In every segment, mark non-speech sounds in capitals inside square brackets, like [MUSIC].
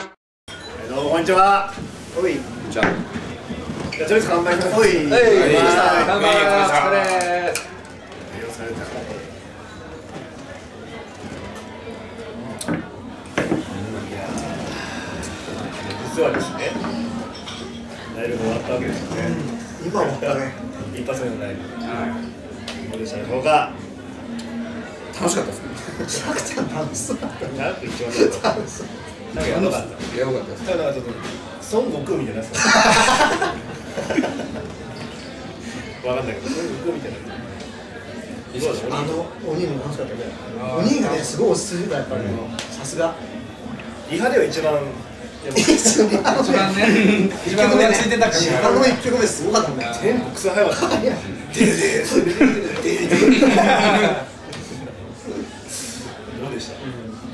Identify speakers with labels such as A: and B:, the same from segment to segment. A: はいどうもこんにちは
B: おい
C: じゃあ、
A: じゃあとりあえず乾杯しますおい
B: はい
A: 乾
C: 乾
A: 杯
C: 杯
B: お疲れ
A: 栄養された実はですねライブが終わったわけですよね
B: 今もね
A: 一発目のライブどうでしたでしょうか
C: 楽しかったですね。
B: めちゃくちゃ楽しそうだった
A: 長くいきましょうか
B: 楽しそう
A: なんかやんなかった
C: いや、よかったです。
A: なんかちょっと孫悟空みたいになってた [LAUGHS] [LAUGHS] わかんないけど孫悟空みたいになってたどうだ
B: あ
A: ろう
B: の鬼も楽しかったね鬼がねすごい落ち着いてたやっぱりねさすが
A: リハでは一番でも
B: 一番
C: 一番ね、一番
B: ね
C: ね、ついてたか
B: あの
C: ら。
B: 一曲目すごかったね
A: 全部草早かった
B: いや
A: どうでした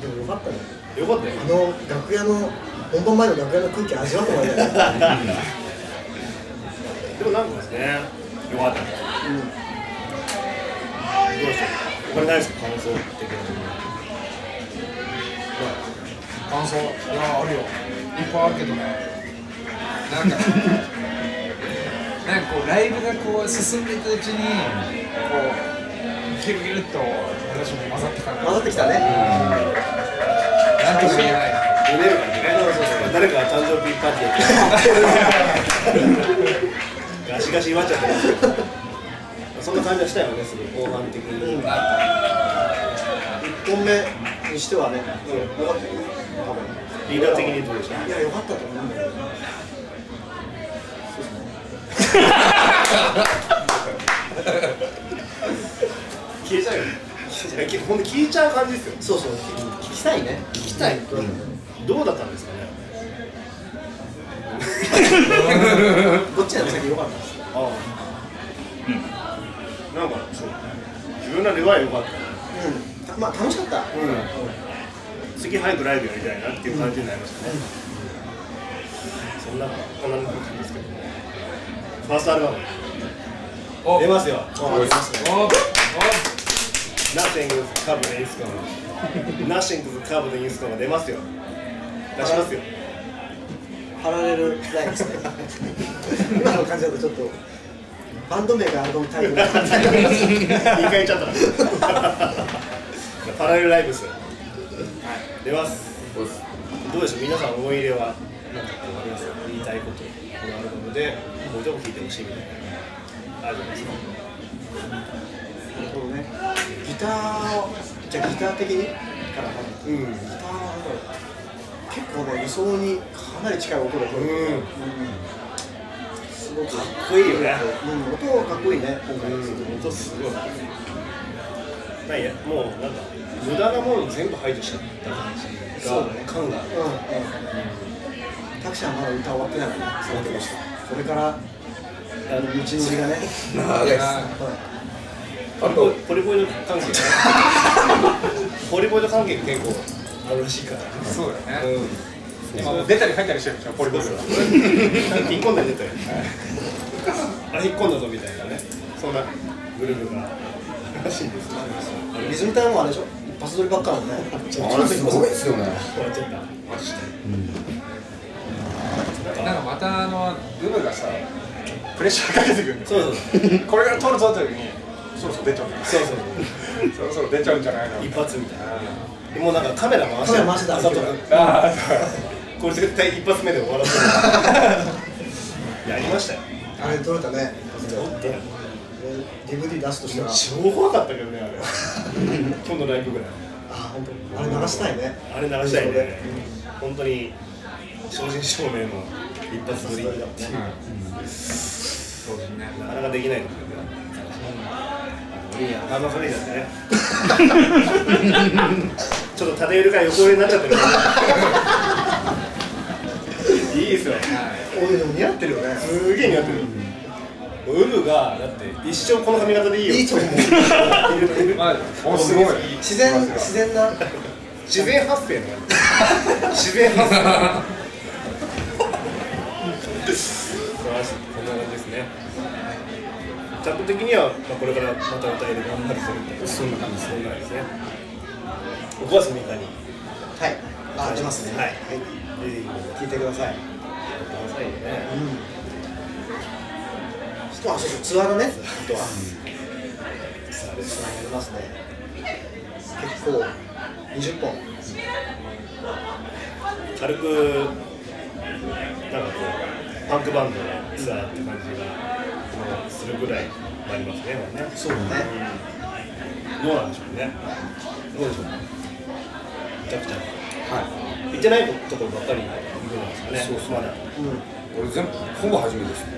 B: でもよかったね
A: よかったよ
B: あの楽屋の本番前の楽屋の空気味わってもらいたいね
A: でもなんかですねよかったどうでしたこれないですか感想的な
C: 感想、いや、あるよ。いっぱいあるけどね。なんか。なんかこう、ライブがこう進んでいたうちに。こう。ギルギルっと、私も混ざってたな。
B: 混ざってきたね
C: なんとも言えない。
A: 出れるからね誰かが誕生日パーティーやってるガシガシ言わっちゃってますけどそんな感じはしたよねすごい後半的に、
B: うん1本目にしてはねよかったよね多分
A: リーダー的にどうでした
B: いや、良かったと思うんだよ。
A: 消えちゃうよねいやほんと聞いちゃう感じですよ
B: そうそう、聞きたいね。聞きたい。ど
A: どうだったんですかね
B: っちなの先良かったです。
A: ああなんかそう自分らでは良かった
B: うん。まあ楽しかった。
A: 次早くライブやりたいなっていう感じになりましたね、そんなこんな感じですけどねファーストアルバム
C: お
A: 出ますよ
B: ありますね。
C: おお
A: Nothing's Cover the i n s c o m Nothing's Cover the i n s c o m [LAUGHS] が出ますよ出しますよ
B: パラレルラインですね。今の感じだとちょっとバンド名がアルバムタイトルだったり。
A: 2回言っちゃった [LAUGHS] パラレルライブですよ出ます
C: そうです
A: どうでしょう皆さん思い入れはなんかこうありますか言いたいことこのアルバムでもうちょっと聴いてほしいみたいなあるじゃないですか
B: そうね。ギターをじゃあギター的にからまず
A: うん
B: ギターはね結構ね予想にかなり近い音が取る。
A: うん
B: すごく。
A: かっこいいよね。
B: うん、音はかっこいいね。今回すごく
A: うん、音すごい。なんや、もうなんか無駄なもの全部排除しちゃった感じ
B: そうだ
A: が
B: ね
A: 感がある。
B: うんタクシーはまだ歌終わってないから、そうでした。これから、あの道のりがね、
C: あ、いや。
B: は
A: ポ
C: あと
A: リ、ポリボイド関 [LAUGHS] 係。ポリボイド関係結構あるらしいから。
D: そうだよね。
A: うん。
D: 今出たり入ったりしてるでしょ、ポリゴンが。
A: 引っ込んで出たよ。あれ引っ込んだぞみたいなね。そんなグループがあるらしいです。
B: い、リズム隊もあれでしょ、一発撮りばっかなんでね、ちょっと
C: あれすごいですよね。
A: 終わっちゃった。マジで。
D: なんかまたあの、ルブがさ、プレッシャーかけてくるんだよ。
A: そうそうそう。
D: これから取るぞって時に、そろそろ出ちゃうんだよ。
A: そうそう
D: そろそろ出ちゃうんじゃないの
A: そう。
D: み
A: 一
D: たいな
A: 発みたいな。もうなんかカメラ回して
B: カメラ回してた
A: あざとく
D: ああ、そう
A: これ絶対一発目で終わらせるやりましたよ
B: あれ撮れたね、
A: 本
B: DVD 出すとしたら、
A: 当超怖かったけどねあれ今度ライブぐらい
B: あ、本当、あれ流したいね、
A: あれ流したいね本当に正真正銘の一発撮りっていう
D: そうですね。
A: なかなかできないことだよねいいや、騙されちゃってねちょっと縦揺れから横揺れになっちゃってるいいですよ
B: 俺でも似合ってるよね、
A: すげえ似合ってる。ウルがだって一生この髪型でいいよ。
B: いいと思う
D: まあ、おすごい。
B: 自然、自然 [LAUGHS] な、
A: 自然発生ね。自然発生。素晴らしい。こんな感じですね。客的にはまあこれからまた歌える頑張るぞみたいな。そんな感じ。そんな感じですね。5月3日に
B: はい、あ、出ますね、
A: はい
B: はい
A: え
B: 聞いてください、
A: ダサいよね
B: うん、あそうそうツアーだねツアーツアーやりますね結構20本
A: 軽くなんかこうパンクバンドのツアーって感じがするぐらいありますねもうね
B: そうだね
A: どうなんでしょうねどうでしょうジャクちゃん
D: は
A: 行ってないところばっかり行くんですかね
D: そうそう
A: まだ
B: うん
D: い俺全部ほぼ初めてですね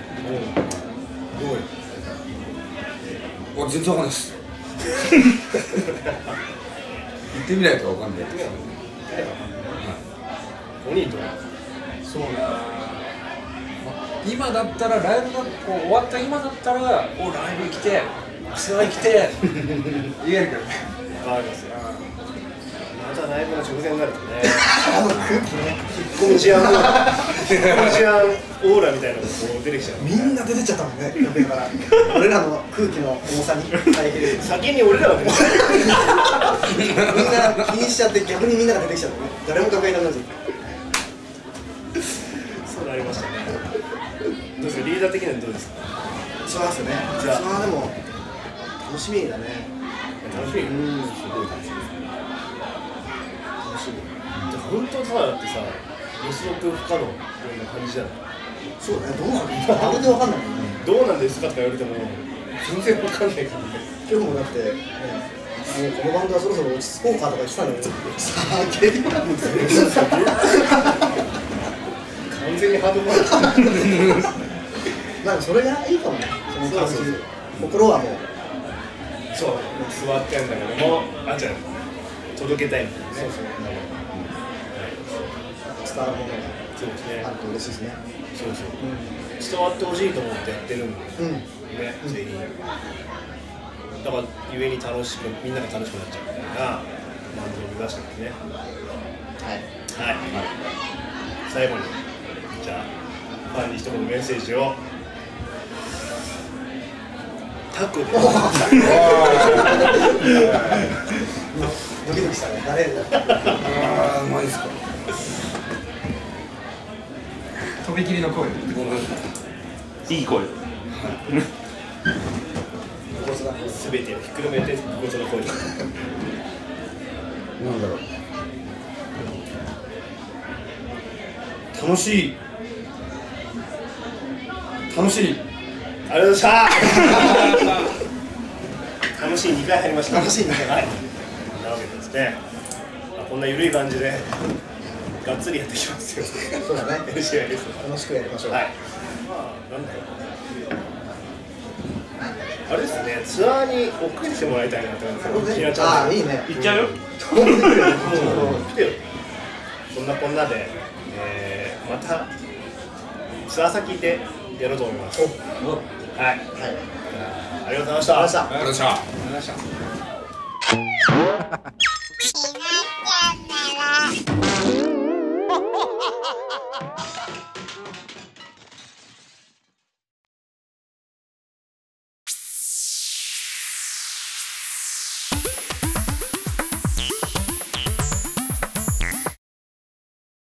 B: どうよ
D: あ全然わかんないです行ってみないとわかんないです
A: 5人とか
C: そうね今だったらライブがこう終わった今だったらおライブ来てツアー来て言えるけどね
A: ありますよまだライブの直前になるとね
B: こんちはもう
A: ロシアンオーラみたいなのがこう出てきちゃう
B: みんな出てっちゃったもんね、だ [LAUGHS] から、俺らの空気の重さに耐えきれる。
A: 先に俺らはもう
B: みんな気にしちゃって、逆にみんなが出てきちゃったね。誰も抱えなくなっちゃった。
A: そうなりましたねどうですかリーダー的にはどうですか
B: ツアーですよね。ツ
A: ツアー
B: アーでも、楽しみだね。
A: 楽しみ
B: うん、
A: 楽しみで本当さだってさ予測不可能みたいな感じじゃない
B: そうだね、どうなのまるでわかんないもんね。
A: どうなんですかって言われても全然わかんないからね
B: 今日もだって、ねもうこのバンドはそろそろ落ち着こうかとか言ってたのに、さあ、ゲリラなんですよ。
A: 完全にハードボール
B: [LAUGHS] なんかそれがいいかもね、その感じ
A: そうそうそう。
B: 心はもう、
A: そう座ってんだけどもあんちゃん届けたいみたいなね
B: 伝わるもの
A: そうですね
B: があると嬉しいですね。
A: そうそう伝わってほしいと思ってやってるんで
B: うん。うん
A: ね全員だからゆえに楽しくみんなが楽しくなっちゃうみたいなバンドを目指してますね
B: はい。
A: はい、最後にじゃあファンに一言メッセージをタクで
B: ドキドキしたね、誰だ
D: ああうまいですか
C: とびきりの声
D: ごめん
E: いい声
B: こいつだ
A: 全てをひっくるめて心地の声で
D: なんだろう楽しい楽しい
A: ありがとうございました。楽しい2回入りました。
B: 楽しい二回
A: はい。そんなわけでですね。まあこんなゆるい感じで。がっつりやっていきますよ。
B: そうだね
A: NCI です。 [LAUGHS] は
B: 楽しくやりましょう、
A: い。まあ、なんだろう。あれですね。ツアーに追っかけてきてもらいたいなって感じ
B: これ
A: です
B: ね
A: よ。ち
B: あ
A: ゃん
B: あいい
A: に。
B: ね
E: 行っちゃうよ
A: もう来てよ。そんなこんなで。えーまた。ツアー先で。やろうと思います。
B: お [LAUGHS]
A: はい。
B: はい
A: ありがとうございました。
D: ありがとうございました
C: 話した